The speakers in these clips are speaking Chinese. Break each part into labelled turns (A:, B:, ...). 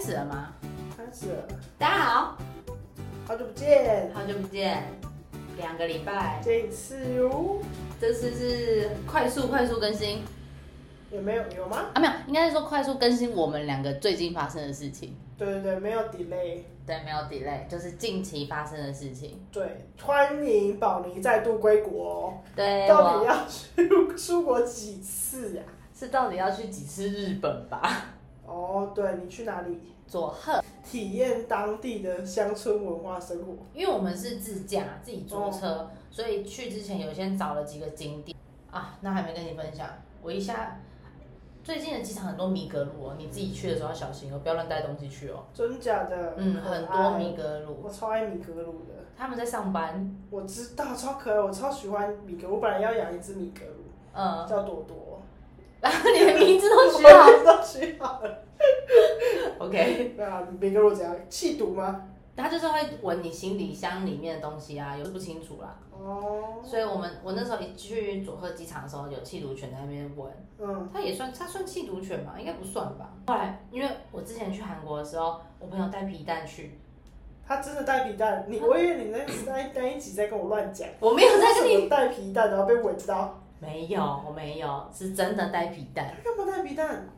A: 始了吗？
B: 开始了，
A: 大家好，
B: 好久不见，
A: 好久不见，两个礼拜，
B: 这一次哟，
A: 这次是快速快速更新
B: 有没有有吗？
A: 啊，没有，应该是说快速更新我们两个最近发生的事情。
B: 对对对，没有 delay。
A: 对，没有 delay，就是近期发生的事情。
B: 对，欢迎宝妮再度归国。
A: 对，
B: 到底
A: 我
B: 要去出国几次呀、
A: 是到底要去几次日本吧？
B: 哦，对你去哪里？
A: 佐贺，
B: 体验当地的乡村文化生活。
A: 因为我们是自驾自己租车，所以去之前有先找了几个景点啊，那还没跟你分享。我一下最近的机场很多迷格路哦，你自己去的时候要小心哦，不要乱带东西去哦。
B: 真假的？
A: 嗯，
B: 可
A: 很
B: 爱
A: 多迷格路，
B: 我超爱米格鲁的，
A: 他们在上班，
B: 我知道超可爱，我超喜欢米格鲁。我本来要养一只米格鲁，
A: 嗯，
B: 叫朵朵，
A: 然后你的名字都取 好
B: 我都取好了。
A: ，OK，
B: 对啊，米格鲁怎样？气毒吗？
A: 他就是会闻你行李箱里面的东西啊，有不清楚啦。
B: 哦，
A: 所以我们我那时候一去佐贺机场的时候，有气毒犬在那边闻，
B: 嗯，
A: 它也算它算气毒犬吗？应该不算吧。后来因为我之前去韩国的时候，我朋友带皮蛋去，
B: 他真的带皮蛋，你我以为你那那那一集在跟我乱讲，
A: 我没有在跟
B: 为什
A: 你，
B: 么带皮蛋然后被闻到，
A: 没有，我没有，是真的带皮蛋
B: 他。干嘛带皮蛋？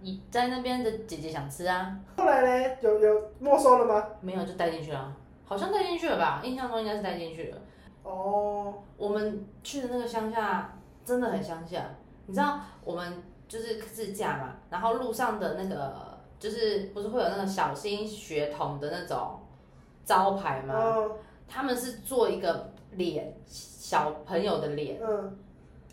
A: 你在那边的姐姐想吃啊，
B: 后来嘞，哎有有没收了吗？
A: 没有就带进去了，好像带进去了吧？印象中应该是带进去了。
B: 哦，
A: 我们去的那个乡下真的很乡下，你知道我们就是自驾嘛，然后路上的那个就是不是会有那个小心血统的那种招牌吗？
B: 嗯
A: 他们是做一个脸，小朋友的脸，
B: 嗯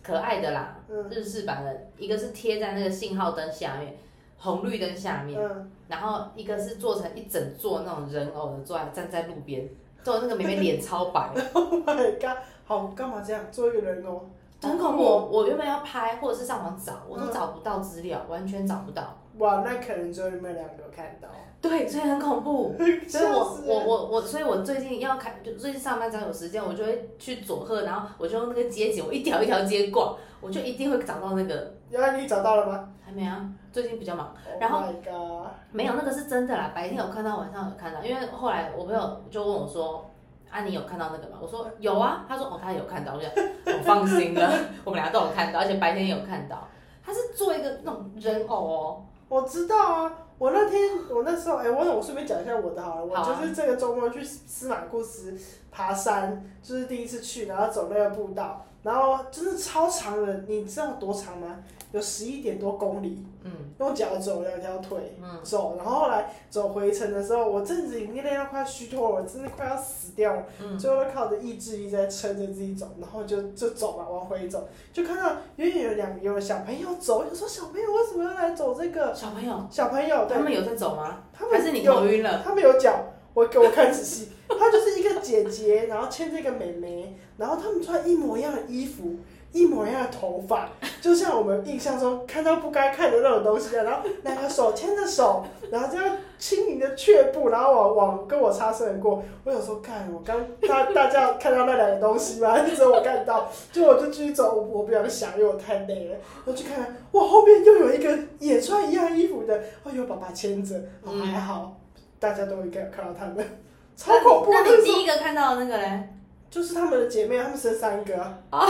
A: 可爱的啦，
B: 嗯
A: 日式版的，一个是贴在那个信号灯下面，红绿灯下面，
B: 嗯，
A: 然后一个是做成一整座那种人偶的，坐在站在路边，做那个妹妹脸超白。
B: Oh my god，好，干嘛这样做一个人哦偶？
A: 很恐怖！
B: 好
A: 我原本要拍或者是上网找，我都
B: 嗯
A: 找不到资料，完全找不到。
B: 酷哦！哇，那可能只有你们两个有 看到，
A: 对，所以很恐怖。所以
B: 吓
A: 我
B: 死人
A: 我我我，所以我最近要开，就最近上班只要有时间，我就会去佐贺，然后我就用那个街景，我一条一条街逛，我就一定会找到那个。
B: 然后你找到了吗
A: 还没啊，最近比较忙，
B: ？Oh
A: 然后
B: my god，
A: 没有那个是真的啦。白天有看到，晚上有看到，因为后来我朋友就问我说：“啊，你有看到那个吗？”我说：“有啊。”他说：“哦，他有看到。”我就 我、放心了，我们俩都有看到，而且白天也有看到。他是做一个那种人偶哦，
B: 我知道啊。我那天，我那时候，哎、我我顺便讲一下我的好了。
A: 好
B: 我
A: 啊
B: 就是这个周末去司马库斯爬山，就是第一次去，然后走那个步道，然后真的超长的，你知道多长吗？有十一点多公里，
A: 嗯
B: 用脚走，两条腿
A: 嗯，
B: 走，然后后来走回程的时候，我阵子已经累到快要虚脱了，我真的快要死掉了。
A: 嗯
B: 最后都靠着意志力在撑着自己走，然后就就走嘛，往回走，就看到远远有两有小朋友走，我想说小朋友为什么要来走这个？
A: 小朋友，
B: 小朋友，对
A: 他，们有在走吗？
B: 他
A: 还是你
B: 有
A: 头晕了？
B: 他们有脚，我给我看仔细，她就是一个姐姐，然后牵着一个妹妹，然后他们穿一模一样的衣服，一模一样的头发，就像我们印象中看到不该看的那种东西啊。然后两个手牵着手，然后这样轻盈的却步，然后往往跟我擦身而过。我有时候看我刚大大家有看到那两个东西吗？只有我看到，就我就继续走，我我不想想，因为我太累了。我去看看，哇，后面又有一个也穿一样衣服的，哦，有爸爸牵着，哦，还好，大家都应该有看到他们， 超恐怖
A: 那
B: 的。
A: 你第一个看到的那个嘞？
B: 就是他们的姐妹，她们生三个啊，
A: 哦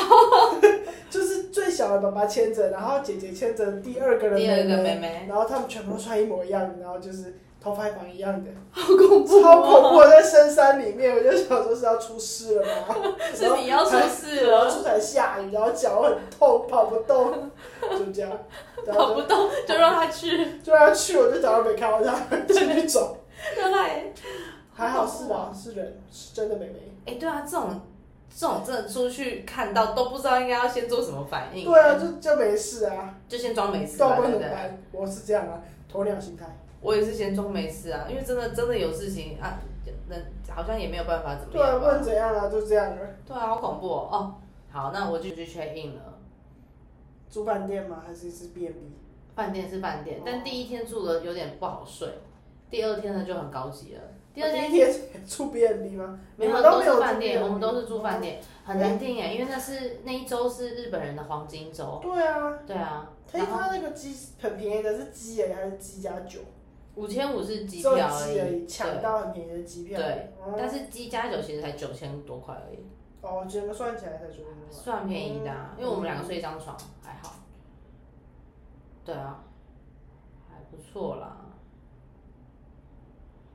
B: 就是最小的爸爸牵着，然后姐姐牵着第二个的
A: 第
B: 妹
A: 二
B: 妹，
A: 个妹妹，
B: 然后他们全部都穿一模一样的，然后就是头发一绑一样的，
A: 好恐怖、哦
B: 超恐怖！！我在深山里面，我就想说是要出事了吗？
A: 是你要出事
B: 然后
A: 了，
B: 出来下雨，然后脚很痛，跑不动， 就这样，然
A: 跑
B: 后
A: 不动就让他去，
B: 就就让他去，我就假装没看到他，继续走。
A: 让他也。
B: 还好是啊，是人，是真的妹妹。
A: 哎、对啊，这种这种真的出去看到都不知道应该要先做什么反应，
B: 对啊，就就没事啊，
A: 就先装没事
B: 到
A: 吧，
B: 不
A: 对不
B: 然怎
A: 对？
B: 么办？我是这样啊，鸵鸟心态。
A: 我也是先装没事啊，因为真的真的有事情啊，那好像也没有办法怎么
B: 对啊，
A: 样
B: 不
A: 吧。
B: 然怎样啊？就这样啊。
A: 对啊，好恐怖哦！哦好，那我就去 check in 了。
B: 住饭店吗？还是是 B B？
A: 饭店是饭店，但第一天住的有点不好睡，第二天呢就很高级了。第二天
B: 第一天住 B B 吗？
A: 没
B: 你
A: 有
B: 们
A: 都
B: 没
A: 是
B: 有
A: 饭店，我们都
B: 是。
A: 是住饭店，很难订哎，因为那是那一周是日本人的黄金周。
B: 对啊，
A: 对啊，
B: 可以
A: 然后
B: 啊他那个鸡很便宜的，是鸡诶还是鸡加酒？
A: 五千五是机
B: 只有
A: 票而
B: 机而
A: 已，
B: 已，抢到很便宜的机票。
A: 对
B: 哦，
A: 但是机加酒其实才九千多块而已，
B: 哦，整个算起来才九千多。
A: 算便宜的、啊，
B: 嗯
A: 因为我们两个睡一张床，还好。对啊，还不错啦。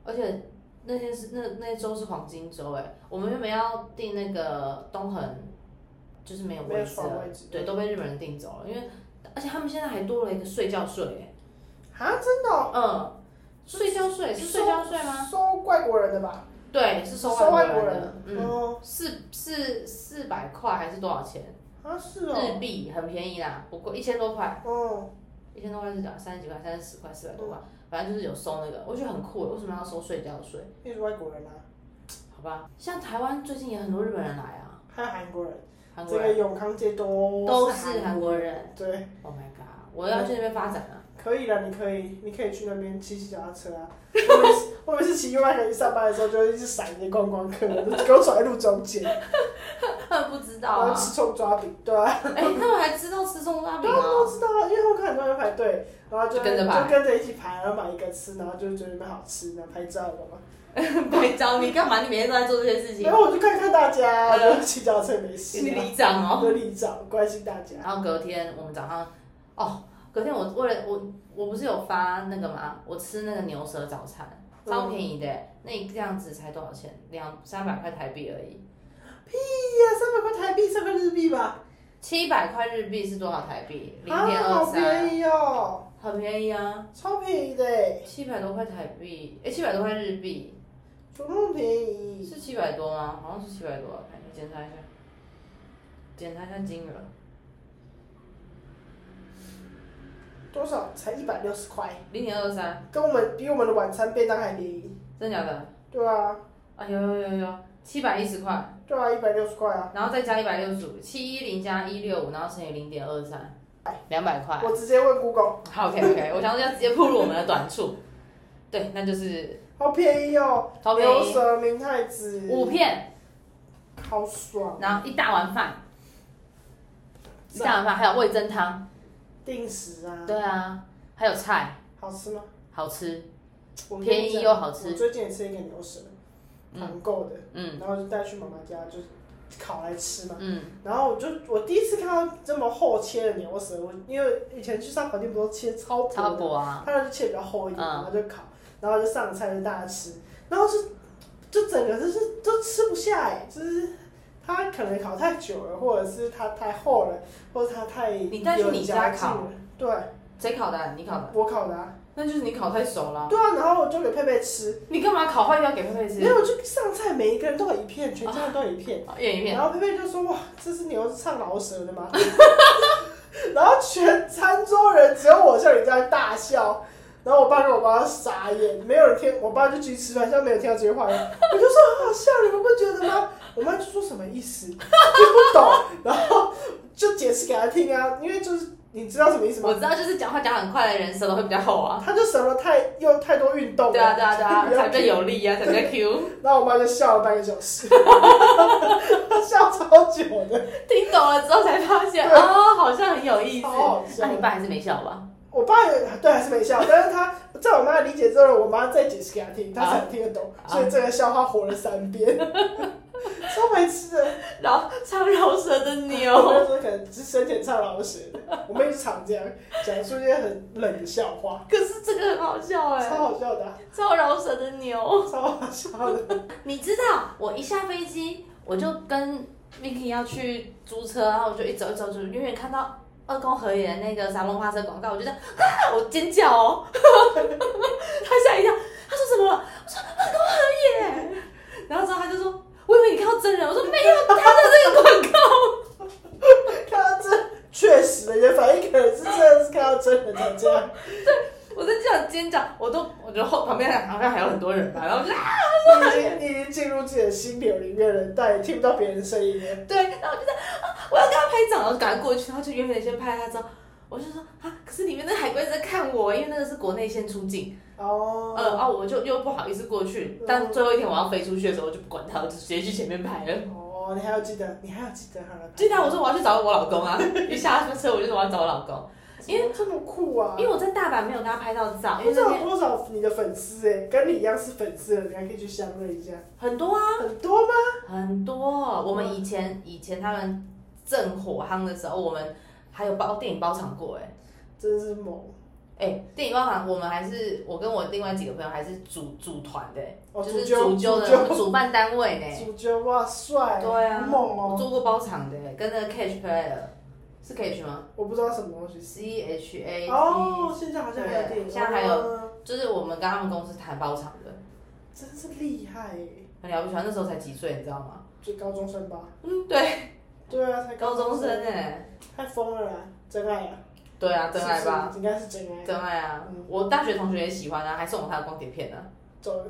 A: 而且那天是那那周是黄金周哎、我们原本要订那个东恒，就是没有
B: 没
A: 位
B: 有
A: 置
B: 床
A: 了
B: 位置，
A: 对，都被日本人订走了，因为而且他们现在还多了一个睡觉税哎、
B: 啊，真的、哦？
A: 嗯，睡觉税是睡觉税吗？
B: 收外国人的吧？
A: 对，是收
B: 收
A: 外
B: 外国
A: 人的
B: 人，。
A: 嗯，
B: 哦，
A: 四四四百块还是多少钱？
B: 啊是
A: 日
B: 哦，
A: 币很便宜啦，不过一千多块，
B: 哦，
A: 一千多块是讲三十几块、三十块、四百多块，反正就是有收那个，我觉得很酷耶。为什么要收睡觉税？
B: 因为是外国人啊，
A: 好吧，像台湾最近也很多日本人来啊，
B: 还有韩国人，
A: 韩国
B: 这
A: 人
B: 个永康街都
A: 都
B: 是
A: 是韩国。人。
B: 对，
A: Oh my god！我要去那边发展啊，
B: 可以了，你可以，你可以去那边骑骑脚踏车啊。 我每次我每次骑 U bike 去上班的时候，就会一直闪一些观光客，给我走在路中间，
A: 他们不知道
B: 然后
A: 啊。
B: 吃葱抓饼，对啊，
A: 哎、他们还知道吃葱抓饼
B: 大家都
A: 啊？
B: 知道啊，因为我看很多人排队，然后就
A: 就跟着排
B: 就跟着一起排，然后买一个吃，然后就觉得蛮好吃，然后拍照干嘛。
A: 白找你干嘛？你每天都在做这些事情
B: 然，后我就看看大家，
A: 嗯
B: 然后骑脚踏车没事
A: 你
B: 啊，
A: 里长哦。
B: 合理长关心大家。哎
A: 然后隔天我们早上，哦，隔天我为了我我不是有发那个嘛，我吃那个牛舌早餐，
B: 嗯
A: 超便宜的，那你这样子才多少钱？两三百块台币而已，
B: 哎呀，三百块台币，三块日币吧，
A: 七百块日币是多少台币？零点
B: 啊，
A: 二
B: 好
A: 三，
B: 便宜哦，
A: 很便宜啊，
B: 超便宜的哎，
A: 七百多块台币，哎，七百多块日币
B: 怎么那么便宜？
A: 是七百多吗？好像是七百多，看你检查一下，检查一下金额，
B: 多少？才一百六十块，
A: 零点二三，
B: 跟我们比我们的晚餐便当还便宜。
A: 真假的？
B: 对啊，
A: 啊有有有有，七百一十块。
B: 对啊，一百六十块啊，
A: 然后再加一百六十五，七一零加一六五，然后乘以零点二三，两百块。
B: 我直接问 Google，
A: 好，OK OK，我想说要直接暴露我们的短处。对，那就是
B: 好便宜哦，
A: 好便
B: 牛
A: 宜，
B: 舌明太子，
A: 五片，
B: 好爽，
A: 然后一大碗饭，一
B: 赞
A: 大碗饭，还有味增汤。
B: 定时啊，
A: 对啊，还有菜，
B: 好吃吗？
A: 好吃，
B: 我跟你
A: 便宜又好
B: 我
A: 吃。
B: 最近也吃一个牛舌，团购的，
A: 嗯
B: 然后就带去妈妈家，就是烤来吃嘛。
A: 嗯，
B: 然后我就我第一次看到这么厚切的牛舌，我因为以前去上烤店不都切超薄的
A: 超薄啊，
B: 它就切比较厚一点，
A: 嗯
B: 然后就烤，然后就上菜就大家吃，然后就就整个就是都吃不下哎、就是它可能烤太久了，或者是它太厚了，或者它太
A: 你带去
B: 有
A: 你家
B: 夹劲
A: 烤
B: 了，对，
A: 谁烤的啊？你烤的？
B: 我烤的、啊，
A: 嗯那就是你烤太熟了。
B: 对啊，然后我就给佩佩吃，
A: 你干嘛烤坏掉给佩佩
B: 没有，
A: 吃？
B: 我就上菜每一个人都有一片，全家人都有一片。
A: 好一人一片。
B: 然后佩佩就说：“哇，这是牛唱老舌的吗？” 然后全餐桌人只有我像你这样大笑，然后我爸跟我妈傻眼，没有人听。我爸就继续吃饭，像没有听到这些话一样。我就说：“好笑，你们不觉得吗？”我妈就说什么意思， 听不懂，然后就解释给她听啊，因为就是你知道什么意思
A: 我
B: 吗？
A: 知道，就是讲话讲很快的人，舌头会比较厚啊。
B: 她就什么太又太多运动了，
A: 对啊，对啊，对啊，
B: 不要
A: 才比较有力啊，才比较 Q。
B: 然后我妈就笑了半个小时， 笑超久的，
A: 听懂了之后才发现，
B: 对
A: 哦，好像很有意思啊
B: 超。好笑
A: 那。你爸还是没笑吧？
B: 我爸也对还是没笑，但是他在我妈理解之后，我妈再解释给他听，他才听得懂，
A: 啊
B: 所以这个笑话活了三遍，超白痴的。
A: 然后唱饶舌的
B: 我
A: 牛，
B: 那时候可能是生前唱老舌的，我们一直常这样讲出一些很冷的笑话，
A: 可是这个很好笑哎、
B: 超好笑的啊、
A: 唱饶舌的牛。
B: 超好笑的。
A: 你知道，我一下飞机，我就跟 Vicky 要去租车，然后我就一走一走，就远远看到二宫和也的那个沙龙花车广告，我就这样， 啊，我尖叫哦， 他吓一跳，他说怎么了？我说二宫和也，然后之后他就说，我以为你看到真人，我说没有，他的这个广告，
B: 看到这确实，人家反应可能是真的是看到真人才这样，
A: 我在这样尖叫，我都我觉得后旁边好像还有很多人吧，然后我就啊，
B: 你已经你已经进入自己的心流里面了，但也听不到别人的声音了。
A: 对，然后我就在啊，我要跟他拍照，然后就赶快过去，然后就远远地先拍他照。我就说啊，可是里面那海龟在看我，因为那个是国内线出境，
B: 哦，
A: 呃啊，我就又不好意思过去
B: 嗯，
A: 但最后一天我要飞出去的时候，我就不管他，我就直接去前面拍了。
B: 哦，你还要记得，你还要记得好了。
A: 啊就当我说我要去找我老公啊，一下车我就说我要找我老公，因
B: 为这么酷啊！
A: 因为我在大阪没有跟他拍到照，因
B: 不
A: 为
B: 知
A: 那
B: 道有
A: 边
B: 多少你的粉丝哎、跟你一样是粉丝的人，还可以去相认一下，
A: 很多啊，
B: 很多吗？
A: 很多。我们以前以前他们正火夯的时候，我们还有包电影包场过、哎。
B: 真是猛！
A: 哎、电影包场，我们还是我跟我另外几个朋友还是组组团的、哎
B: 哦
A: 就是
B: 主揪
A: 主揪
B: 主揪
A: 的，我们主办单位 呢、
B: 主角哇帅，
A: 对啊，
B: 猛
A: 我
B: 哦、
A: 做过包场的、跟那个 Catch Player 是 Catch 吗
B: 我不知道什么东西。
A: ？C H A
B: 哦，现在好像还有电
A: 哎
B: 影，
A: 对现在还有
B: 哦，
A: 就是我们跟他们公司谈包场的，
B: 真是厉害、欸，
A: 很了不起。那时候才几岁，你知道吗？
B: 就高中生吧？
A: 嗯，对，
B: 对啊，才
A: 高中生哎、
B: 太疯了啦，真爱啊，
A: 对啊，真爱吧，
B: 是不是应该是真爱，
A: 真爱啊
B: 嗯！
A: 我大学同学也喜欢啊，还 送我他的光碟片呢、
B: 走了，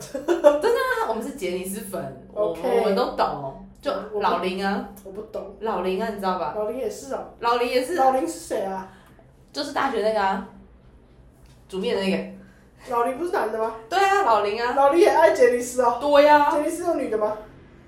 A: 啊。我们是杰尼斯粉，我
B: OK
A: 们我们都懂，就
B: 我
A: 老林啊，
B: 我不懂。
A: 老林啊，你知道吧？
B: 老林也是哦、
A: 老林也是，
B: 老林是谁啊？
A: 就是大学那个啊，煮面的那个。
B: 老林不是男的吗？
A: 对啊，老林啊，
B: 老林也爱杰尼斯哦、
A: 多呀、
B: 杰尼斯有女的吗？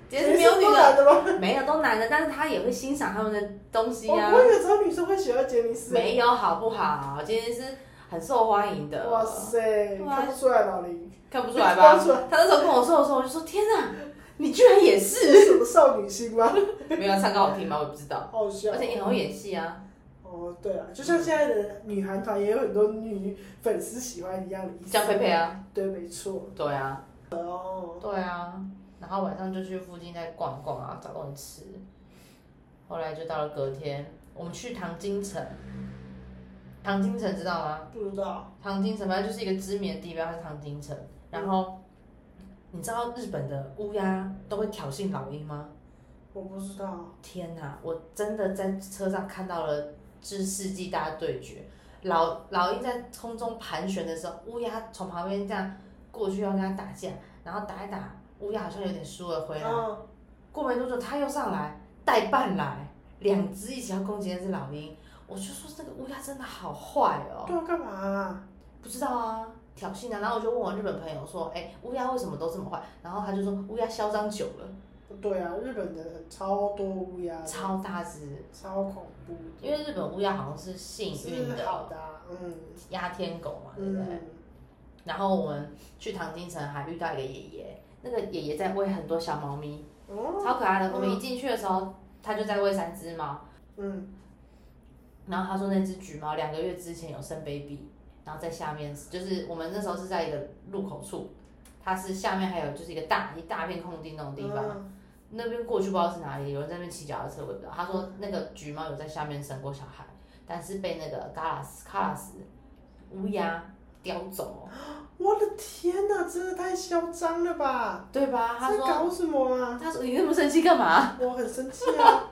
A: 杰尼斯没有女
B: 都
A: 的，
B: 男的吗？
A: 没有都男的，但是他也会欣赏他们的东西
B: 我
A: 啊。
B: 我以为只有女生会喜欢杰尼斯。
A: 没有好不好？杰尼斯很受欢迎的，
B: 哇塞，
A: 哇
B: 看不出来老林，
A: 看不出来
B: 看
A: 吧
B: 不？出来
A: 他那时候跟我说的时候，我就说天哪，你居然也 是？
B: 是什么少女 心吗？
A: 没有他唱歌好听吗？我也不知道。
B: 好笑
A: 而。且你很会演戏啊，
B: 哦，对啊，就像现在的女韩团也有很多女粉丝喜欢一样的意思。
A: 像佩佩啊，
B: 对，没错。
A: 对啊，
B: 哦，
A: 对啊。然后晚上就去附近再逛逛啊，找东西吃。后来就到了隔天，我们去唐京城。唐京城知道吗？
B: 不知道。
A: 唐京城反正就是一个知名的地标，它是唐京城。然后你知道日本的乌鸦都会挑衅老鹰吗？
B: 我不知道，
A: 天哪！我真的在车上看到了就是世纪大对决，老老鹰在空中盘旋的时候，乌鸦从旁边这样过去要跟它打架，然后打一打，乌鸦好像有点输了回来。
B: 嗯，
A: 过没多久，它又上来代办来，两只一起要攻击那只老鹰。我就说这个乌鸦真的好坏哦，
B: 对啊，干嘛啊？
A: 不知道啊，挑衅啊。然后我就问我日本朋友说，哎，乌鸦为什么都这么坏？然后他就说乌鸦嚣张久了，
B: 对啊，日本的超多乌鸦的，
A: 超大只，
B: 超恐怖的。
A: 因为日本乌鸦好像是幸运
B: 是好的啊，嗯
A: 鸦天狗嘛，对不对？
B: 嗯，
A: 然后我们去唐金城还遇到一个爷爷，那个爷爷在喂很多小猫咪，
B: 哦，
A: 超可爱的。
B: 嗯
A: 我们一进去的时候，他就在喂三只猫，
B: 嗯，
A: 然后他说那只橘猫两个月之前有生 baby，然后在下面就是我们那时候是在一个路口处，它是下面还有就是一个大一大片空地那种地方。
B: 嗯
A: 那边过去不知道是哪里，有人在那边骑脚踏车，我也不知道。他说那个橘猫有在下面生过小孩，但是被那个嘎拉斯卡拉斯乌鸦叼走，
B: 我的天哪，真的太嚣张了吧！
A: 对吧？啊他
B: 在
A: 说
B: 搞什么啊？
A: 他说你那么生气干嘛？
B: 我很生气 啊！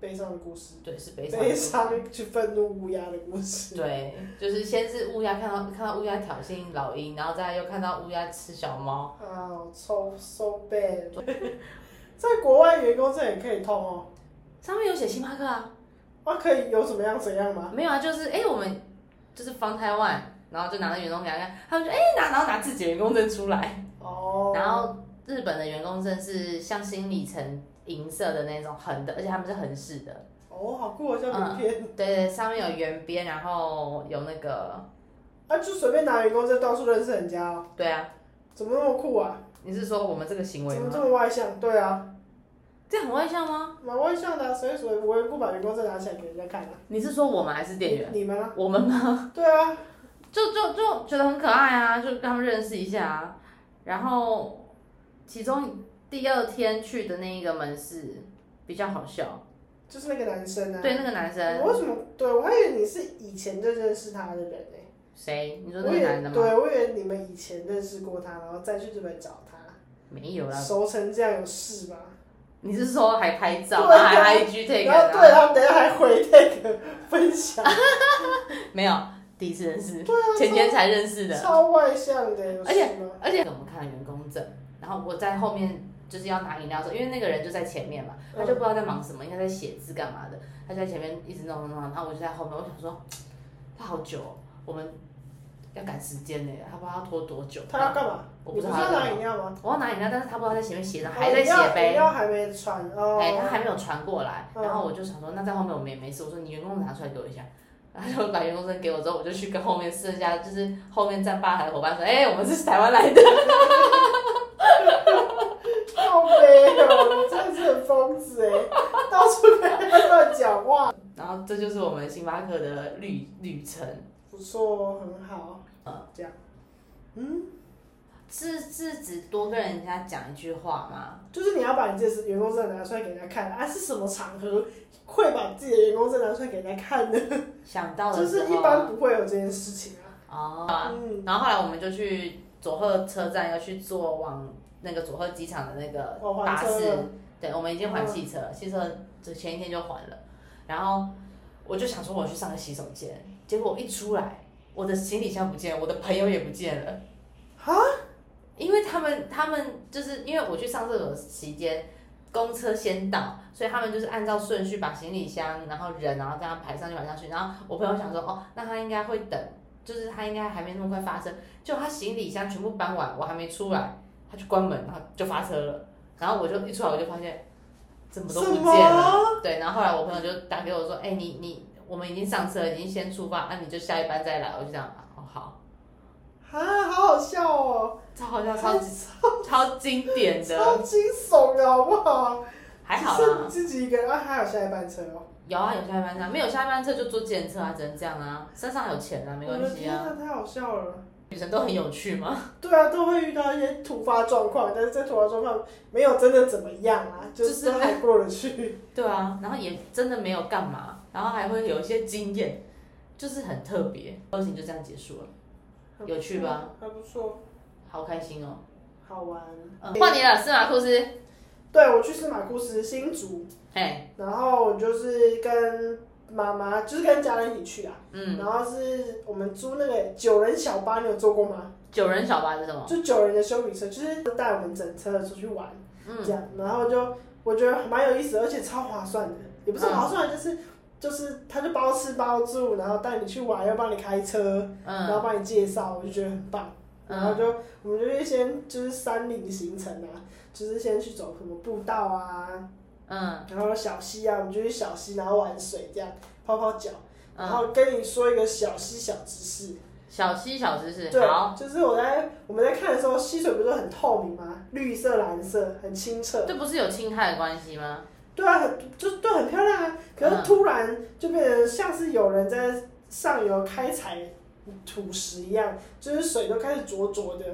B: 悲伤的故事，
A: 对，是悲伤的故
B: 悲
A: 事。
B: 伤去愤怒乌鸦的故事。
A: 对，就是先是乌鸦看到看到乌鸦挑衅老鹰，然后再又看到乌鸦吃小猫，
B: 啊，超 so bad！在 国外员工证也可以通哦，
A: 上面有写星巴克啊，
B: 啊，可以有怎么样怎样吗？
A: 没有啊，就是哎、我们就是方台湾，然后就拿着员工给他看，他们就哎、拿，然后拿自己的员工证出来，
B: 哦，
A: 然后日本的员工证是像新里程银色的那种横的，而且他们是横式的，
B: 哦，好酷哦，像名片，
A: 对对，上面有圆边，然后有那个，
B: 啊，就随便拿员工证到处认识人家哦，
A: 对啊，
B: 怎么那么酷啊？
A: 你是说我们这个行为
B: 怎么
A: 吗
B: 这？么外向？对啊，
A: 这样很外向吗？
B: 蛮外向的、啊，所以所以无缘无故把员工证拿起来给人家看啊。
A: 你是说我们还是店员？
B: 你们啊？
A: 我们吗？
B: 对啊，
A: 就就就觉得很可爱啊，就跟他们认识一下、啊。然后其中第二天去的那一个门市比较好笑，
B: 就是那个男生啊。
A: 对那个男生
B: 我为什么？对我还以为你是以前就认识他的人呢、
A: 谁？你说
B: 我
A: 那
B: 以
A: 个
B: 为
A: 男的吗？
B: 对，我以为你们以前认识过他，然后再去日本找他，
A: 没有啦，
B: 熟成这样有事吗？
A: 你是说还拍照，
B: 对啊
A: 还 IG take
B: 然后
A: 的
B: 对，
A: 啊？
B: 然后等一下还回那个分 享，
A: 没有，第一次认识，
B: 对啊，
A: 前天才认识的。
B: 超外向的，有
A: 而且
B: 事吗？
A: 而且我们看了员工证，然后我在后面就是要拿饮料的时候，因为那个人就在前面嘛，
B: 嗯
A: 他就不知道在忙什么，应该在写字干嘛的，他就在前面一直弄弄弄，然后我就在后面，我想说，他好久、哦，我们要赶时间呢，他不知道要拖多久。
B: 他要干嘛？
A: 我
B: 你
A: 不
B: 不
A: 知
B: 是
A: 道他
B: 要
A: 要
B: 拿
A: 干
B: 饮
A: 嘛。
B: 料吗？
A: 我要拿饮料，但是他不知道在前面写着，
B: 哦
A: 还在写
B: 饮
A: 呗。
B: 料还没传
A: 哎、他
B: 哦。
A: 还没有传过来，
B: 嗯
A: 然后我就想说，那在后面我们也没事，我说你员工证拿出来给我一下，然后就把员工证给我之后，我就去跟后面剩下就是后面站吧台的伙伴说，哎、我们是台湾来的，
B: 好悲哦，你真的是很疯子哎，到处跟人家乱讲话，
A: 然后这就是我们星巴克的旅旅程。
B: 不错，哦很好，这样，嗯，
A: 是是指多跟人家讲一句话吗？
B: 就是你要把你自己的员工证拿出来给人家看啊，是什么场合会把自己的员工证拿出来给人家看呢？
A: 想到
B: 就
A: 的时
B: 是
A: 候，
B: 一般不会有这件事情啊，
A: 哦，
B: 嗯，
A: 然后后来我们就去佐贺车站，要去坐往那个佐贺机场的那个
B: 我哦
A: 巴
B: 还车
A: 士
B: 了，。
A: 对，我们已经还汽车了，汽车前一天就还了。然后我就想说我去上个洗手间，结果我一出来，我的行李箱不见了，我的朋友也不见了。
B: 啊？
A: 因为他们他们就是因为我去上厕所期间，公车先到，所以他们就是按照顺序把行李箱，然后人，然后这样排上去排上去。然后我朋友想说，哦，那他应该会等，就是他应该还没那么快发生。就他行李箱全部搬完，我还没出来，他就关门，然后就发车了。然后我就一出来，我就发现怎么都不
B: 什
A: 见了。
B: 么？
A: 对，然后后来我朋友就打给我说，哎、你你我们已经上车了，已经先出发，啊，你就下一班再来。我就这样，啊哦好，
B: 啊，好好笑哦，
A: 超好笑，超级超经典的，
B: 超惊悚的好不好？
A: 还好
B: 只是
A: 啦
B: 你。自己一个人，啊，还有下一班车哦。
A: 有啊，有下一班车，没有下一班车就坐检车啊，只能这样啊，身上有钱啊，没
B: 我
A: 关
B: 的
A: 系
B: 天
A: 啊。
B: 哪，太好笑了。
A: 女生都很有趣嘛，
B: 对啊，都会遇到一些突发状况，但是这突发状况没有真的怎么样啊，就
A: 就是
B: 是都还过得去。
A: 对啊，然后也真的没有干嘛，然后还会有一些经验，就是很特别。旅行就这样结束了， 有趣吧？
B: 还不错，
A: 好开心哦。
B: 好玩。
A: 嗯，换你了，司马库斯。
B: 对，我去司马库斯新竹，
A: 嘿，
B: 然后我就是跟妈妈，就是跟家人一起去啊。
A: 嗯，
B: 然后是我们租那个九人小巴，你有坐过吗？
A: 九人小巴是什么？
B: 就九人的修理车，就是带我们整车出去玩。
A: 嗯
B: 这样，然后就我觉得蛮有意思，而且超划算的，
A: 嗯
B: 也不是划算，就是就是他就包吃包住，然后带你去玩，又帮你开车，
A: 嗯
B: 然后帮你介绍，我就觉得很棒。然后
A: 嗯
B: 就我们就是先就是山林行程啊，就是先去走什么步道啊，
A: 嗯
B: 然后小溪啊，我们就去小溪，然后玩水这样泡泡脚。然
A: 嗯，
B: 后跟你说一个小溪小知识，
A: 小七小知识，
B: 对
A: 好，，
B: 就是我在我们在看的时候，溪水不是很透明吗？绿色、蓝色，很清澈。
A: 这不是有侵害的关系吗？
B: 对啊，很就是对，很漂亮
A: 嗯
B: 啊。可是突然就变成像是有人在上游开采土石一样，就是水都开始浊浊的，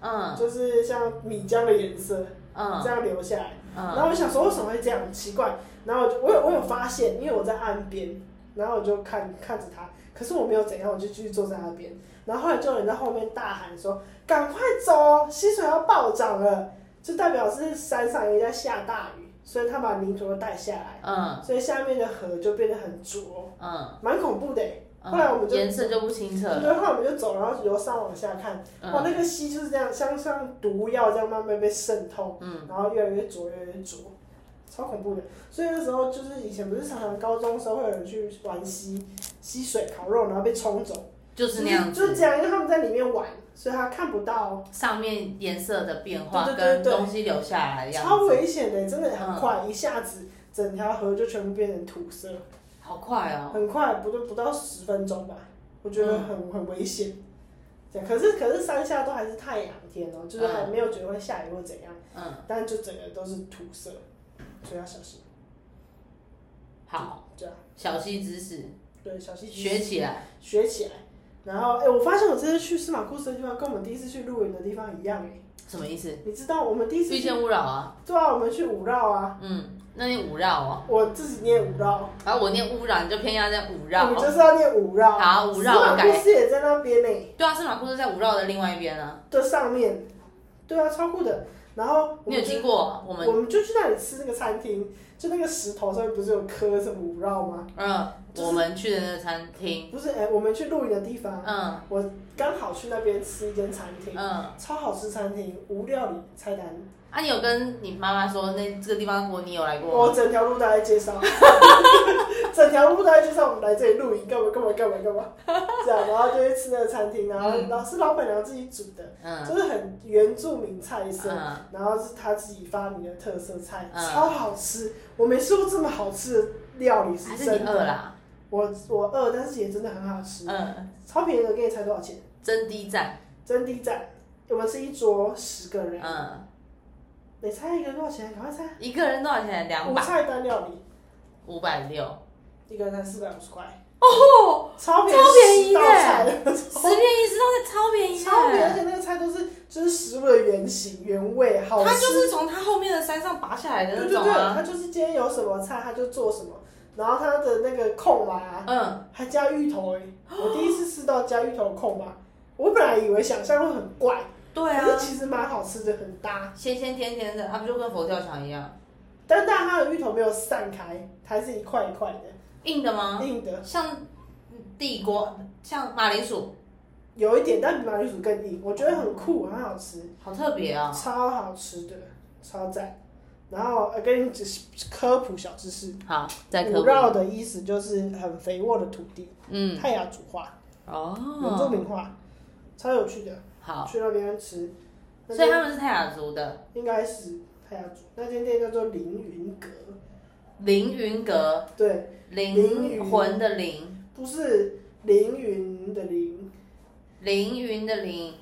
A: 嗯
B: 就是像米浆的颜色
A: 嗯
B: 这样流下来。然
A: 嗯
B: 后我想说为什么会这样，很奇怪。然后我就我有我有发现，因为我在岸边，然后我就看看着它，可是我没有怎样，我就继续坐在那边。然后后来就有人在后面大喊说：“赶快走，溪水要暴涨了！”就代表是山上也在下大雨，所以他把泥土都带下来。
A: 嗯
B: 所以下面的河就变得很浊，
A: 嗯
B: 蛮恐怖的欸。后来我
A: 嗯，
B: 们就
A: 颜色就不清澈
B: 对，
A: 了。
B: 后来我们就走，然后由上往下看，哇，
A: 嗯
B: 那个溪就是这样，像像毒药这样慢慢被渗透，
A: 嗯
B: 然后越来越浊，越来越浊，超恐怖的。所以那时候就是以前不是常常高中时候会有人去玩溪溪水烤肉，然后被冲走，
A: 就是那样
B: 就是
A: 子，
B: 这样，因为他们在里面玩，所以他看不到，
A: 上面颜色的变化
B: 对对
A: 跟
B: 对对
A: 东西留下来的样
B: 超
A: 子，
B: 危险的，真的很快，一下子整条河就全部变成土色。
A: 好快哦。
B: 很快，不对，不到十分钟吧，我觉
A: 嗯
B: 得很、很危险。这样，可是可是山下都还是太阳天哦，就是还没有觉得会下雨或怎样，
A: 嗯，
B: 但就整个都是土色，所以要小心。
A: 好，
B: 这样，
A: 小溪知识
B: 对，小心
A: 学起来。
B: 学起来。然后，哎，我发现我这次去司马库斯的地方跟我们第一次去露营的地方一样，哎，
A: 什么意思？
B: 你知道我们第一次
A: 遇
B: 去，
A: 见勿扰啊。
B: 对啊，我们去五绕啊，
A: 嗯，那念勿扰哦。
B: 我自己念五绕，
A: 然后我念勿扰，你就偏要念勿
B: 我
A: 扰
B: 们。就是要念五绕，
A: 好啊五绕
B: 司马
A: 我改
B: 库斯也在那边呢，欸
A: 对啊，司马库斯在勿扰的另外一边啊。
B: 的上面，对啊，超酷的。然后我
A: 你有
B: 们就
A: 经过我
B: 我
A: 们？
B: 们就去那里吃那个餐厅，就那个石头上面不是有刻什么五绕吗？
A: 嗯，
B: 就是
A: 我们去的那个餐厅。
B: 不是，哎、我们去露营的地方，
A: 嗯
B: 刚好去那边吃一间餐厅，
A: 嗯。
B: 超好吃餐厅，无料理菜单，
A: 啊，你有跟你妈妈说那这个地方我你有来过
B: 我
A: 吗？
B: 整条路都在介绍， 整条路都在介绍我们来这里露营干嘛干嘛干嘛干嘛，这样，然后就去吃那个餐厅，然后
A: 嗯
B: 老是老板娘自己煮的，
A: 嗯
B: 就是很原住民菜色，
A: 嗯，
B: 然后是他自己发明的特色菜，
A: 嗯
B: 超好吃，我没吃过这么好吃的料理，
A: 还
B: 是
A: 是
B: 真
A: 你
B: 的。
A: 饿啦？
B: 我我饿，但是也真的很好吃，
A: 嗯，
B: 超便宜的，给你猜多少钱？
A: 真低站，
B: 真的赞！我们是一桌十个人，
A: 嗯，
B: 你猜一个多少钱？赶快猜！
A: 一个人多少钱？两
B: 无
A: 百
B: 菜单料理，
A: 五百六，
B: 一个人才四百五十块，
A: 哦，
B: 超便宜，
A: 超便宜的
B: 道菜，
A: 十便宜十道菜超便宜耶，
B: 超便宜，而且那个菜都是就是食物的原型原味，好吃。
A: 它就是从它后面的山上拔下来的
B: 对
A: 那
B: 对
A: 种
B: 对，
A: 啊，
B: 它就是今天有什么菜，它就做什么。然后它的那个控麻
A: 嗯，
B: 还加芋头、欸，我第一次吃到加芋头控麻，我本来以为想象会很怪，
A: 对啊，
B: 可是其实蛮好吃的，很搭。
A: 鲜鲜甜甜的，它啊不就跟佛跳墙一样
B: 但但它的芋头没有散开，它是一块一块的，
A: 硬的吗？
B: 硬的，
A: 像地瓜，像马铃薯，
B: 有一点，但比马铃薯更硬，我觉得很酷，很好吃，
A: 好特别啊！
B: 超好吃的，超赞。然后呃，跟你只是科普小知识，
A: 好，再
B: 五
A: 科普，
B: 绕的意思就是很肥沃的土地，
A: 嗯，
B: 泰雅族话、原住
A: 哦，
B: 民话，超有趣的，
A: 好，
B: 去那边吃。那
A: 所以
B: 间
A: 他们是泰雅族的
B: 应该是泰雅族，那间店叫做凌云阁，
A: 凌云阁，
B: 对，凌
A: 灵
B: 云
A: 魂的灵，
B: 不是凌云的凌，
A: 凌云的凌，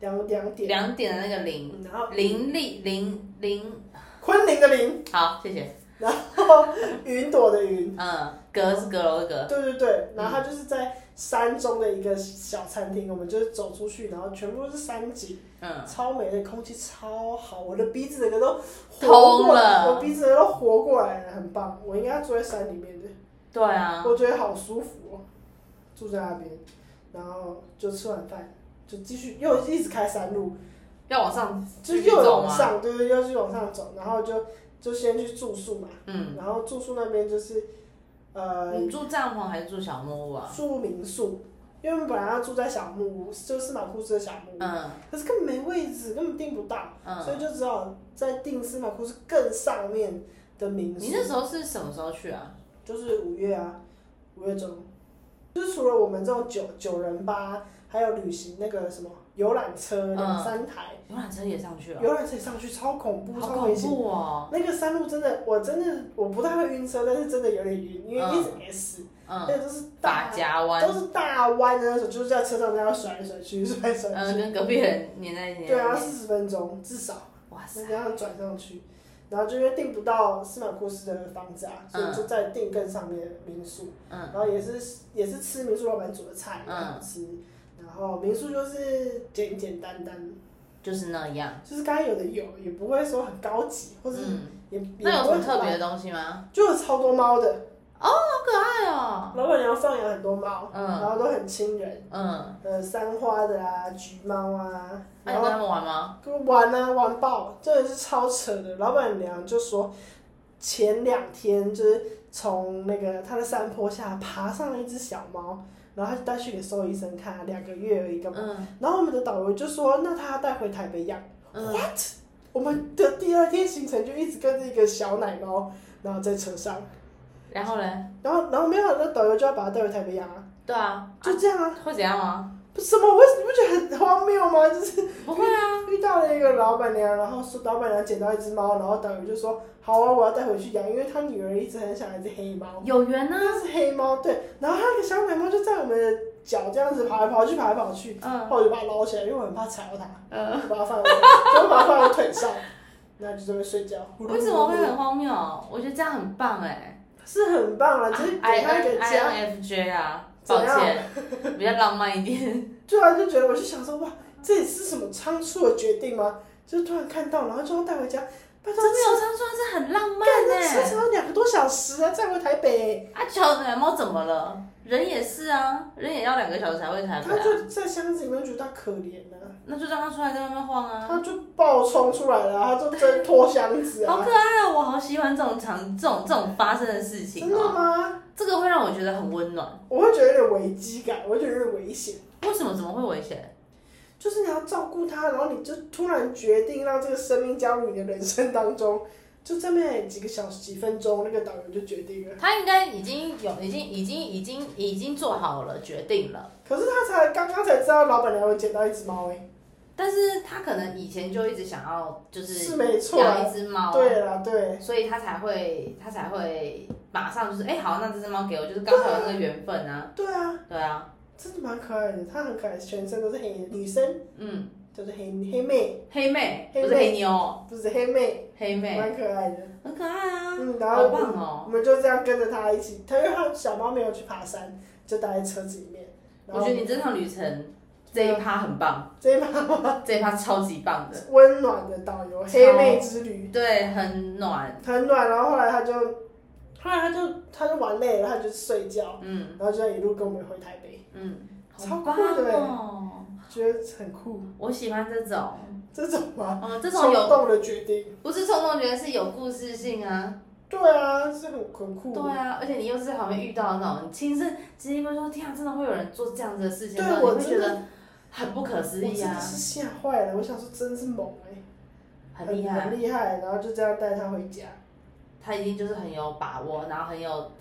B: 两两点，
A: 两点的那个凌，
B: 嗯然后
A: 凌厉凌凌，
B: 昆凌的凌。
A: 好，谢谢，
B: 然后云朵的云，
A: 嗯，阁是阁楼的阁，
B: 对对对，然后它就是在山中的一个小餐厅，我们就是走出去，然后全部都是山景，
A: 嗯，
B: 超美的，空气超好，我的鼻子整个都活
A: 通
B: 过来，我
A: 了，
B: 鼻子整个都活过来了，很棒，我应该住在山里面的，
A: 对啊，
B: 我觉得好舒服哦，住在那边，然后就吃完饭就继续又一直开山路，
A: 要往上，
B: 就是
A: 继续
B: 又
A: 走
B: 往
A: 吗
B: 上，对对，又是往上走，然后就就先去住宿嘛，
A: 嗯，
B: 然后住宿那边就是呃。
A: 你住帐篷还是住小木屋啊？
B: 住民宿，因为我们本来要住在小木屋，就是马库斯的小木屋，
A: 嗯
B: 可是根本没位置，根本订不到，所
A: 嗯，
B: 以就只好在订司马库斯更上面的民
A: 你
B: 宿，
A: 那时候是什么时候去啊？
B: 就是五月啊，五月中，就是除了我们这种九九人吧，还有旅行那个什么游览车
A: 嗯
B: 两三台，
A: 游览车也上去了，啊
B: 游览车上去超恐
A: 好
B: 怖，超危
A: 恐
B: 险。
A: 怖哦，
B: 那个山路真的，我真的我不太会晕车，但是真的有点晕，因为一直 S，、
A: 嗯，
B: 那个都是
A: 打
B: 大
A: 夹弯
B: 都，是大弯的那种，就是在车上这样甩来甩去， 甩来甩
A: 嗯，
B: 去。
A: 跟隔壁人黏在一起，
B: 对啊，四十分钟至少，
A: 哇塞
B: 那，这样转上去，然后就因为订不到司马库斯的房子啊，所以就再订更上面的民宿，
A: 嗯
B: 然后也是也是吃民宿老板煮的菜，
A: 嗯
B: 很好吃。然后民宿就是简简单单，
A: 就是那样，
B: 就是该有的有，也不会说很高级，或是
A: 嗯，
B: 也、也
A: 那有什
B: 不会
A: 么
B: 很
A: 特别
B: 烂，
A: 的东西吗？
B: 就有超多猫的，
A: 好可爱哦，
B: 老板娘放养很多猫，
A: 嗯
B: 然后都很亲人，
A: 嗯，
B: 呃，三花的啊，橘猫啊，
A: 那
B: 然
A: 你
B: 后
A: 跟他们玩吗？
B: 就玩啊玩爆，真的是超扯的。老板娘就说，前两天就是从那个她的山坡下爬上了一只小猫，然后她就带去给兽医生看，两个月而已干嘛。
A: 嗯
B: 然后我们的导游就说，那她要带回台北养。
A: 嗯，
B: 我们的第二天行程就一直跟着一个小奶猫，然后在车上，
A: 然后嘞？
B: 然后然后没有，那导游就要把它带回台北养啊，
A: 对啊，
B: 就这样啊。
A: 会怎样吗？
B: 什么？我你不觉得很荒谬吗？就是。
A: 不会啊，
B: 遇到了一个老板娘，然后说老板娘捡到一只猫，然后导游就说好啊，我要带回去养，因为他女儿一直很想要一只黑猫，
A: 有缘呢。
B: 那是黑猫对，然后他那个小奶猫就在我们的脚这样子跑来跑去，跑来跑去，然
A: 嗯
B: 后我就把它捞起来，因为我很怕踩到它，
A: 嗯，
B: 就把它放在我，就把它放在我腿上，那就在那边睡觉。
A: 为什么会很荒谬？我觉得这样很棒哎。
B: 是很棒啊，就是给
A: I
B: 它一
A: N
B: 个
A: I
B: 家，
A: N F J 啊，
B: 怎
A: 抱
B: 样
A: 歉，比较浪漫一点。
B: 突然就觉得我就想说哇，这是什么仓促的决定吗？就突然看到，然后就要带回家，拜
A: 真
B: 托
A: 的。有仓说这很浪漫
B: 啊那车
A: 哎。
B: 程要两个多小时啊，再回台北、
A: 啊，小奶猫怎么了？人也是啊，人也要两个小时才会台
B: 他
A: 北啊。
B: 就在箱子里面觉得他可怜呐、
A: 那就让它出来在外面晃啊。
B: 他就暴冲出来了、啊他就挣脱箱 子
A: 好
B: 啊
A: 可，爱啊！我好喜欢这种场、这种、这种发生的事
B: 真
A: 情
B: 的
A: 哦。
B: 吗？
A: 这个会让我觉得很温暖。
B: 我会觉得有点危机感，我会觉得有点危险，
A: 为什么？怎么会危险？
B: 就是你要照顾他，然后你就突然决定让这个生命加入你的人生当中，就这么几个小时、几分钟，那个导游就决定了。
A: 他应该已经有，已经、已经、已经、已经做好了决定了，
B: 可是他才刚刚才知道老板娘有捡到一只猫哎，
A: 但是他可能以前就一直想要，就是
B: 是没错啊
A: 养一只猫，
B: 对啦，对，
A: 所以他才会，他才会马上就是哎、好，那这只猫给我，就是刚好有那个缘分啊。
B: 对啊，
A: 对啊，
B: 真的蛮可爱的，它很可爱，全身都是黑的，女生
A: 嗯，
B: 就是黑黑妹，
A: 黑妹
B: 黑妹
A: 不是黑妞哦，
B: 不是黑妹，
A: 黑妹
B: 蛮可爱的。
A: 很可爱啊，
B: 嗯，然后
A: 好
B: 我
A: 棒
B: 们
A: 哦。
B: 我们就这样跟着它一起，它因为它小猫没有去爬山，就待在车子里面。然
A: 我
B: 后
A: 觉得你这趟旅程这一趴很棒，
B: 这一把
A: 这一趴超级棒的，
B: 温暖的导游黑妹之旅
A: 对，很暖，
B: 很暖，然后后来它就，后来它就它就玩累了，它就睡觉，
A: 嗯
B: 然后就一路跟我们回台北，
A: 嗯，好
B: 超酷
A: 棒
B: 的欸
A: 哦，
B: 觉得很酷。
A: 我喜欢这种，
B: 这种吗？
A: 哦，这种
B: 冲
A: 有
B: 动的决定。
A: 不是冲动，觉得是有故事性啊。
B: 对啊，是很很酷。
A: 对啊，而且你又是在旁边遇到的那种，你亲身经历过说，天啊，真的会有人做这样子的事情，
B: 对
A: 然后
B: 我
A: 你会
B: 真
A: 觉
B: 的
A: 得很不可
B: 我
A: 思
B: 真
A: 议
B: 的
A: 啊，
B: 是吓坏了，我想说真是猛哎、
A: 很厉害。
B: 很厉害。然后就这样带他回家，
A: 他一定就是很有把握，然后很有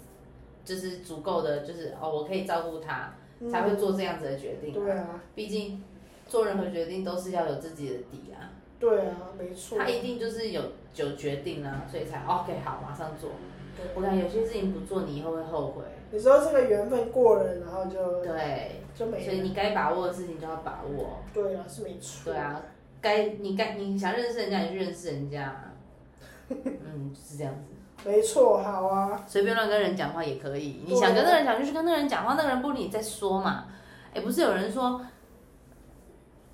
A: 就是足够的，就是哦，我可以照顾他，
B: 嗯
A: 才会做这样子的决定、
B: 对，啊，
A: 毕竟做任何决定都是要有自己的底啊。
B: 对啊，没错。
A: 他一定就是有有决定啊，所以才 OK 好，马上做。
B: 对
A: 我感觉有些事情不做，你以后会后悔。
B: 你说这个缘分过了，然后就
A: 对，
B: 就没
A: 所以
B: 了。
A: 你该把握的事情就要把握。
B: 对啊，是没错。
A: 对啊，该你该你想认识人家，你就认识人家、 嗯，就是这样子，
B: 没错，好啊，
A: 随便乱跟人讲话也可以。你
B: 对啊
A: 想跟那个人讲，就去跟那个人讲话，那个人不理你再说嘛。哎、不是有人说，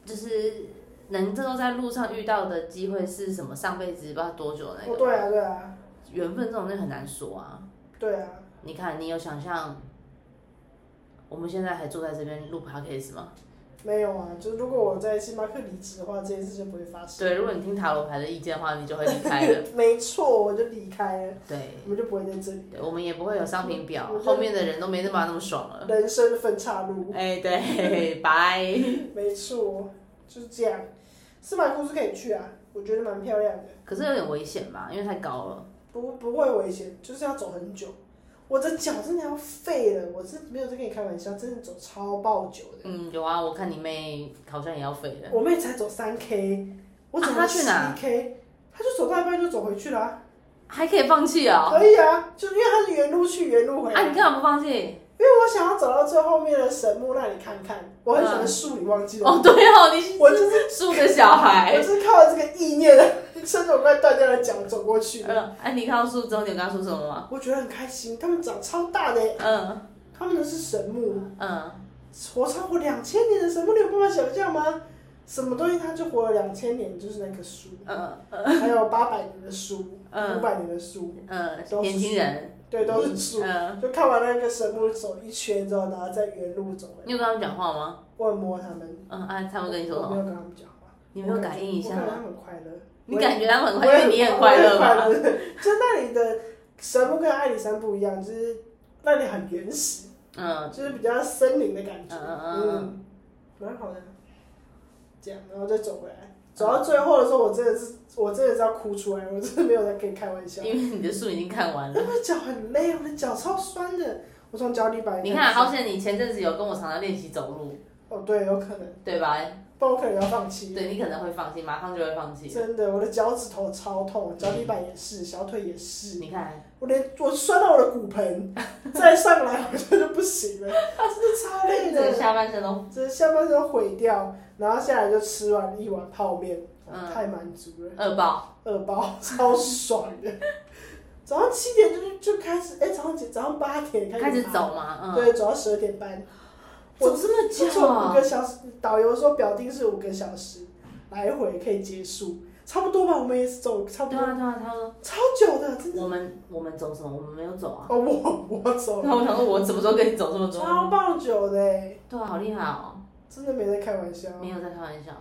A: 就是能够在路上遇到的机会是什么？上辈子不知道多久那
B: 哦，
A: 个
B: 对啊，对啊，
A: 缘分这种东西很难说啊。
B: 对啊，
A: 你看，你有想象我们现在还坐在这边录 podcast 吗？
B: 没有啊，就是如果我在星巴克离职的话，这件事就不会发生。
A: 对，如果你听塔罗牌的意见的话，你就会离开了。
B: 没错，我就离开了，
A: 对，
B: 我们就不会在这里。
A: 对，我们也不会有商品表
B: 我，觉得
A: 后面的人都没那么那么爽了。
B: 人生分岔路。
A: 哎、对，拜。
B: 没错，就是这样。司马库斯可以去啊，我觉得蛮漂亮的，
A: 可是有点危险吧，因为太高了。
B: 不不会危险，就是要走很久。我的脚真的要废了，我是没有在跟你开玩笑，真的走超爆久的。
A: 嗯，有啊，我看你妹好像也要废了。
B: 我妹才走三 K，我走
A: 啊
B: 了
A: 她
B: 七
A: 去哪
B: K，她就走到一半就走回去了啊、
A: 还可以放弃哦？
B: 可以啊，就是因为她是原路去原路回来，
A: 啊，你干嘛不放弃？
B: 因为我想要走到最后面的神木那里看看。我很喜欢树，你忘记了吗？
A: 哦，对哦，你
B: 我就是
A: 树的小
B: 我
A: 孩。
B: 就是靠这个意念， 甚至我快断掉了脚走过去的。
A: 嗯，哎、你看到树之后，你有跟他说什么吗？
B: 我觉得很开心，他们长超大的耶，欸
A: 嗯
B: 他们的是神木，
A: 嗯，
B: 活超过两千年的神木，你有办法想象吗？什么东西它就活了两千年，就是那 棵树，
A: 嗯
B: 还有八百年的树，
A: 嗯
B: 五百年的树，
A: 嗯，年轻人。
B: 对，都是树。
A: 嗯，
B: 就看完那个神木走一圈之后，然后再原路走回来。
A: 你有跟他们讲话吗？
B: 我有摸他们，
A: 嗯，啊，他们跟你说什
B: 我没
A: 么？
B: 有跟他们讲话。
A: 你没有感应一下
B: 我感觉
A: 吗？
B: 他们很快乐。
A: 你感觉他们很
B: 我
A: 快乐，
B: 也
A: 因为你很快乐吗？
B: 我也很快乐就那里的神木跟阿里山不一样，就是那里很原始，
A: 嗯，
B: 就是比较森林的感觉，
A: 嗯嗯嗯
B: 嗯，蛮好的。这样，然后再走回
A: 嗯
B: 来，走到最后的时候，我真的是，我真的是要哭出来，我 真的没有在跟你开玩笑
A: 因。为你的树已经看完了。
B: 那个脚很累，哦我的脚超酸的，我从脚底板。
A: 你看，啊好，险你前阵子有跟我常常练习走路，
B: 哦，对，有可能，
A: 对吧？
B: 不然我可能要放弃。
A: 对你可能会放弃，马上就会放弃。
B: 真的，我的脚趾头超痛，脚底板也
A: 嗯
B: 是，小腿也是。
A: 你看，
B: 我连我摔到我的骨盆， 再上来我真的不行了， 真的超累
A: 这个
B: 的，
A: 下半身都
B: 这下半身都毁掉，然后下来就吃完一碗泡面，哦
A: 嗯
B: 太满足了，
A: 饿爆，
B: 二包超爽的。 早上七点就就开始，哎、早上几？早上八点开始
A: 开始
B: 爬，
A: 走嘛，嗯，
B: 对，走到十二点半，我
A: 走这么久
B: 做五
A: 啊
B: 个？小时。导游说表定是五个小时，来回可以结束，差不多吧？我们也是走差不
A: 对
B: 多，
A: 啊对啊，他说
B: 超久的，真的。
A: 我们我们走什么？我们没有走啊。
B: 哦，我我走了
A: 那我想说，我什么时候跟你走这么
B: 超
A: 多？
B: 棒久的欸，
A: 对啊，好厉害哦，
B: 真的没在开玩笑。
A: 没有在开玩笑。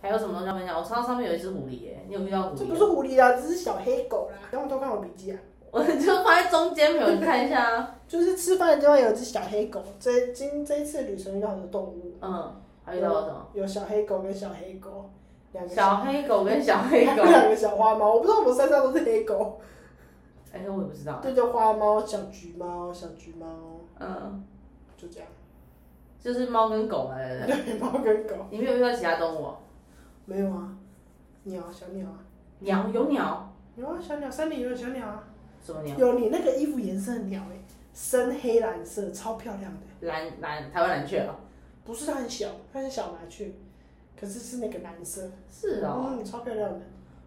A: 还有什么东西要分享？我看到上面有一只狐狸耶，你有遇到狐
B: 这
A: 狸
B: 不
A: 啊
B: 是
A: 吗？
B: 狐狸啦，这是小黑狗啦。然后偷看我笔记啊，
A: 我就放在中间，没有人看一下啊。
B: 就是吃饭的地方有只小黑狗。这今这一次旅程遇到很多动物，
A: 嗯，还遇到了什 么？
B: 有小黑狗跟小黑狗，两个
A: 小黑狗跟小黑 狗，
B: 两个小花猫。我不知道我们山上都是黑狗，
A: 哎，我也不知道。
B: 对，叫花猫、小橘猫、小橘猫，
A: 嗯，
B: 就这样。
A: 就是猫跟狗嘛，对不对？
B: 对，猫跟狗
A: 你没有遇到其他动物哦、
B: 没有啊，鸟小鸟啊，
A: 鸟有鸟，
B: 有啊，小鸟山里有小鸟啊，
A: 什么鸟？
B: 有你那个衣服颜色的鸟哎、深黑蓝色，超漂亮的。
A: 蓝蓝台湾蓝雀哦，
B: 不是它很小，它是小麻雀，可是是那个蓝色，
A: 是哦，
B: 嗯，超漂亮的。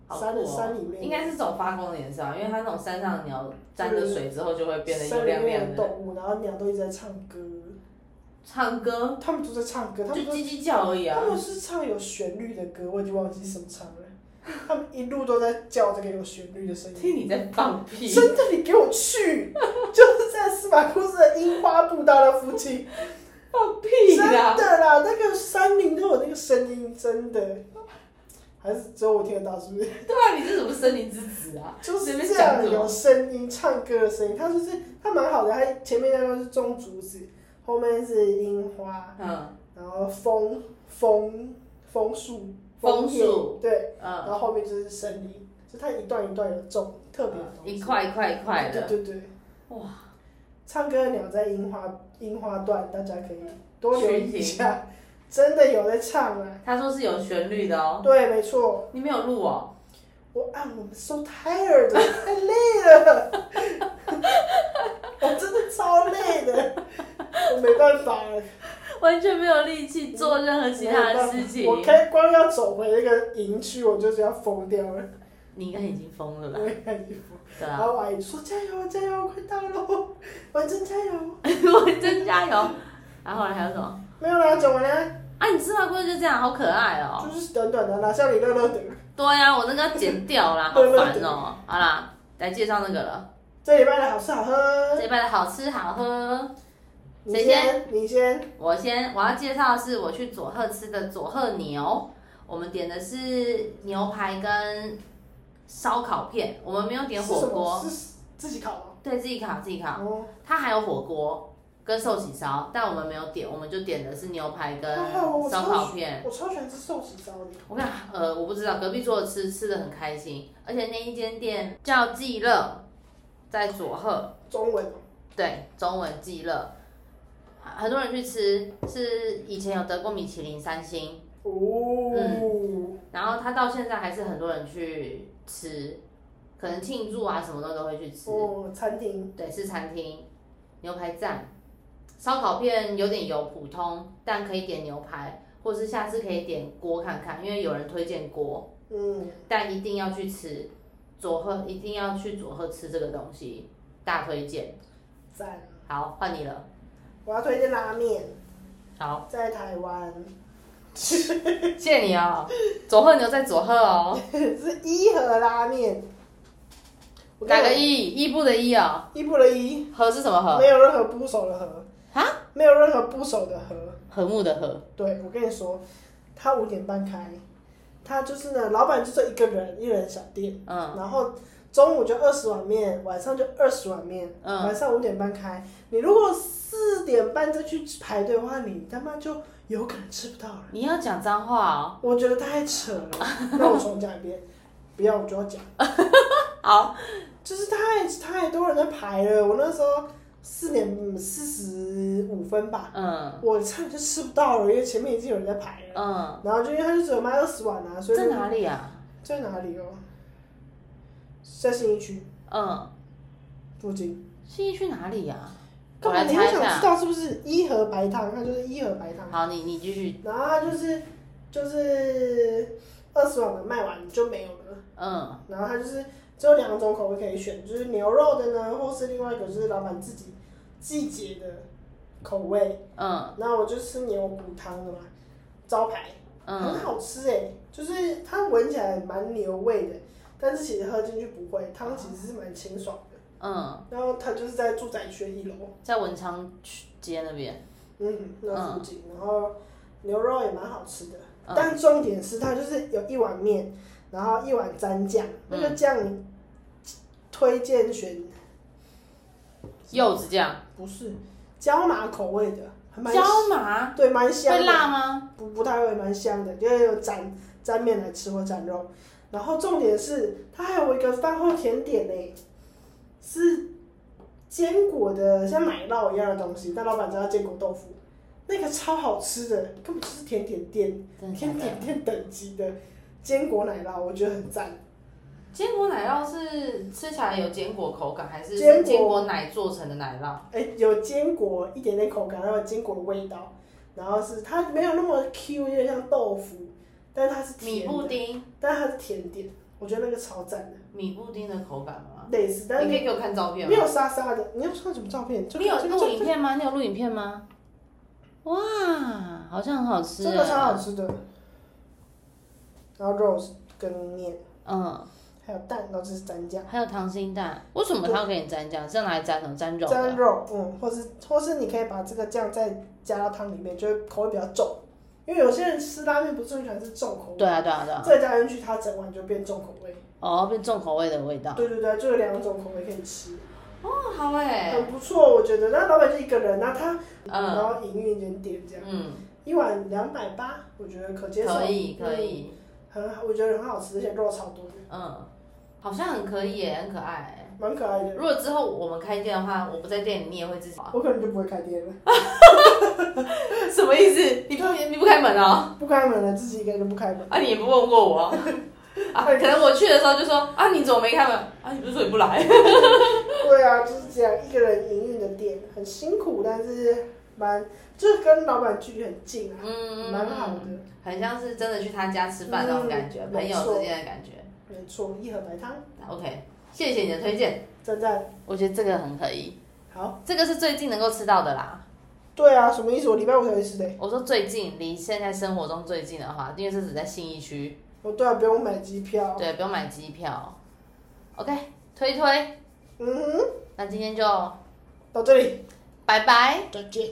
A: 好
B: 山
A: 酷
B: 的
A: 哦。
B: 山里面，
A: 应该是走发光的颜色啊，因为它那种山上的鸟沾着水之后就会变得油
B: 山里
A: 亮
B: 面
A: 亮
B: 有
A: 的，
B: 动物，然后鸟都一直在唱歌，
A: 唱歌
B: 他们都在唱歌，
A: 就
B: 他们都
A: 叽叽叫而已啊
B: 他。们是唱有旋律的歌，我已经忘记什么唱了。他们一路都在叫这个有旋律的声音。
A: 听你在放屁，
B: 真的，你给我去！ 就是在司马库斯的樱花步道那附近，
A: 放屁啊
B: 真的
A: 啦！
B: 啦，那个山林都有那个声音，真的。还是只有我听得到，是不是？
A: 对啊，你是什么森林之子啊？
B: 就是
A: 随便
B: 这
A: 讲
B: 样
A: 什
B: 有
A: 么？
B: 声音，唱歌的声音，它就是它蛮好的。它前面那个是种竹子，后面是樱花，
A: 嗯
B: 然后枫枫枫树，
A: 枫
B: 叶
A: 树
B: 对，然
A: 嗯，
B: 后后面就是森林，就它一段一段有种特别的东西
A: 啊一块一块一块的，
B: 对对对，
A: 哇！
B: 唱歌的鸟在樱花樱花段，大家可以多留意
A: 去听
B: 一下，真的有在唱啊！
A: 他说是有旋律的哦，
B: 对，没错，
A: 你没有录哦，
B: 我啊，我们 so tired，太累了， 我真的超累的，我没办法了，
A: 完全没有力气做任何其他的事情。
B: 我开光要走回那个营区，我就是要疯掉了，
A: 你应该已经疯了
B: 我
A: 吧？
B: 也感觉。
A: 对
B: 然
A: 啊，
B: 后我阿姨说加油加油，快到了， 完成加油。
A: 我真加油。然后后来还有什么？
B: 没有啦，讲完啦，
A: 啊，你芝麻龟就这样，好可爱哦。
B: 就是短短的啦，像你乐乐的。
A: 对呀、我那个要剪掉 啦，好烦哦。好啦，来介绍那个了，
B: 这礼拜的好吃好喝
A: 这，一拜的好吃好喝。
B: 你
A: 谁
B: 先，你先。
A: 我先我要介绍的是我去佐贺吃的佐贺牛，我们点的是牛排跟烧烤片，我们没有点
B: 是
A: 火
B: 什
A: 锅
B: 么？，是自己烤吗？
A: 对自己烤自己烤。
B: 哦，
A: 它还有火锅跟寿喜烧，但我们没有点，我们就点的是牛排跟烧烤片。
B: 我超喜欢吃寿喜烧的。
A: 我跟你讲，呃，我不知道隔壁桌的吃吃的很开心，而且那一间店叫季乐，在佐贺，
B: 中文
A: 对，中文季乐，很多人去吃，是以前有得过米其林三星，
B: 哦，
A: 然后它到现在还是很多人去吃，可能庆祝啊什么的都会去吃。
B: 哦，餐厅
A: 对，是餐厅，牛排赞，烧烤片有点油，普通，但可以点牛排，或是下次可以点锅看看，因为有人推荐锅，
B: 嗯，
A: 但一定要去吃佐贺，一定要去佐贺吃这个东西，大推荐。
B: 赞。
A: 好，换你了。
B: 我要推荐拉面，
A: 好，
B: 在台湾
A: 谢谢你哦。佐贺牛在佐贺哦，
B: 是一和拉面。我跟
A: 哪
B: 你
A: 个一？一部的一哦，
B: 一不了一，
A: 和是什么和？
B: 没有任何不熟的和
A: 啊，
B: 没有任何不熟的和。
A: 和睦的和。
B: 对，我跟你说，他五点半开，他就是呢，老板就这一个人，一人小店，
A: 嗯
B: 然后中午就二十碗面，晚上就二十碗面，
A: 嗯
B: 晚上五点半开。你如果四点半再去排队的话，你他妈就有可能吃不到了。
A: 你要讲脏话哦。
B: 我觉得太 扯了，那我重讲一遍，不要我就要讲，
A: 好，
B: 就是太太多人在排了。我那时候四点四十五分吧，
A: 嗯
B: 我差点就吃不到了，因为前面已经有人在排了。
A: 嗯，
B: 然后就因为他就只有卖二十碗啊，所以
A: 在哪里啊？
B: 在哪里哦？在信义区
A: 嗯。
B: 附近。
A: 信义去哪里啊呀、
B: 干
A: 我
B: 嘛啊
A: 来
B: 你会
A: 猜一
B: 想知
A: 下。
B: 道是不是一和白汤？它就是一和白汤，
A: 好，你你继续。
B: 然后它就是就是二十碗的卖完就没有了，
A: 嗯
B: 然后它就是只有两种口味可以选，就是牛肉的呢，或是另外一个就是老板自己季节的口味。
A: 嗯
B: 然后我就吃牛骨汤的嘛，招牌。很
A: 嗯
B: 好吃哎、就是它闻起来蛮牛味的，但是其实喝进去不会，汤其实是蛮清爽的。
A: 嗯，
B: 然后它就是在住宅区一楼，
A: 在文昌区街那边。
B: 嗯，那附近，然后牛肉也蛮好吃的，
A: 嗯
B: 但重点是它就是有一碗面，然后一碗蘸酱，那
A: 嗯
B: 个酱推荐选
A: 柚子酱，
B: 不是椒麻口味的，还蛮
A: 椒麻
B: 对蛮香
A: 会
B: 的，
A: 辣吗？
B: 不不太会，蛮香的，因为有沾沾面来吃或沾肉。然后重点是它还有一个饭后甜点呢、是坚果的像奶酪一样的东西，但老板叫它坚果豆腐，那个超好吃的，根本就是甜点店
A: 真的
B: 甜
A: 假
B: 点
A: 的？
B: 店等级的坚果奶酪，我觉得很赞。
A: 坚果奶酪是吃起来有坚果口感，还是
B: 坚果
A: 是坚果奶做成的奶酪？
B: 哎、有坚果一点点口感，然后有坚果的味道，然后是它没有那么 Q，有点像豆腐，但是它是
A: 米
B: 甜
A: 布
B: 的，
A: 丁，
B: 但它是甜点，我觉得那个超赞的，
A: 米布丁的口感吗？
B: 类似，
A: 你
B: 但
A: 可
B: 是
A: 以给我看照片
B: 没
A: 吗？
B: 有沙沙的。你要看什么照片？就
A: 你有
B: 就
A: 录
B: 就
A: 影片吗？你有录影片吗？哇，好像很好吃。欸
B: 真的超好。吃的。然后肉是跟面，
A: 嗯，
B: 还有蛋，然后这是蘸酱，
A: 还有溏心蛋，为什么他要给你沾酱？是要拿来沾什么？沾肉
B: 蘸
A: 的？
B: 肉，嗯，或是或是你可以把这个酱再加到汤里面，就会口味比较重。因为有些人吃拉面不是很喜欢吃重口味，
A: 对啊，对啊，对啊。
B: 再加进去它整碗就变重口味。
A: 哦，变重口味的味道。
B: 对对对，就有两种口味可以吃，嗯
A: 哦，好哎、
B: 很不错，我觉得。那老板就一个人，那他然
A: 嗯
B: 后营运一点点这样，
A: 嗯，
B: 一碗两百八，我觉得可接受，嗯
A: 可以可以，
B: 很好，我觉得很好吃，而且肉超多的，
A: 嗯，好像很可以耶，很可爱耶。
B: 蛮可爱的。
A: 如果之后我们开店的话，我不在店里，你也会自己
B: 我可能就不会开店了，
A: 什么意思？你不你不开门哦？
B: 不开门了，自己一个人就不开门。
A: 啊，你也不问过我哦。啊，可能我去的时候就说啊，你怎么没开门？啊，你不是说你不来？
B: 对啊，就是这样，一个人营运的店很辛苦，但是蛮就是跟老板距离很近啊，
A: 嗯，
B: 蛮好的。
A: 很像是真的去他家吃饭那种感觉，
B: 嗯
A: 朋
B: 没错
A: 友之间的感觉。
B: 没错，一盒白汤，
A: OK，谢谢你的推荐，
B: 赞赞。
A: 我觉得这个很可以，
B: 好，
A: 这个是最近能够吃到的啦。
B: 对啊，什么意思？我礼拜五才去吃的欸。
A: 我说最近离现在生活中最近的话，因为这只在信义区，
B: 哦，对啊，不用买机票。
A: 对，不用买机票。OK，推推，
B: 嗯哼，
A: 那今天就
B: 到这里，
A: 拜拜。
B: 再见。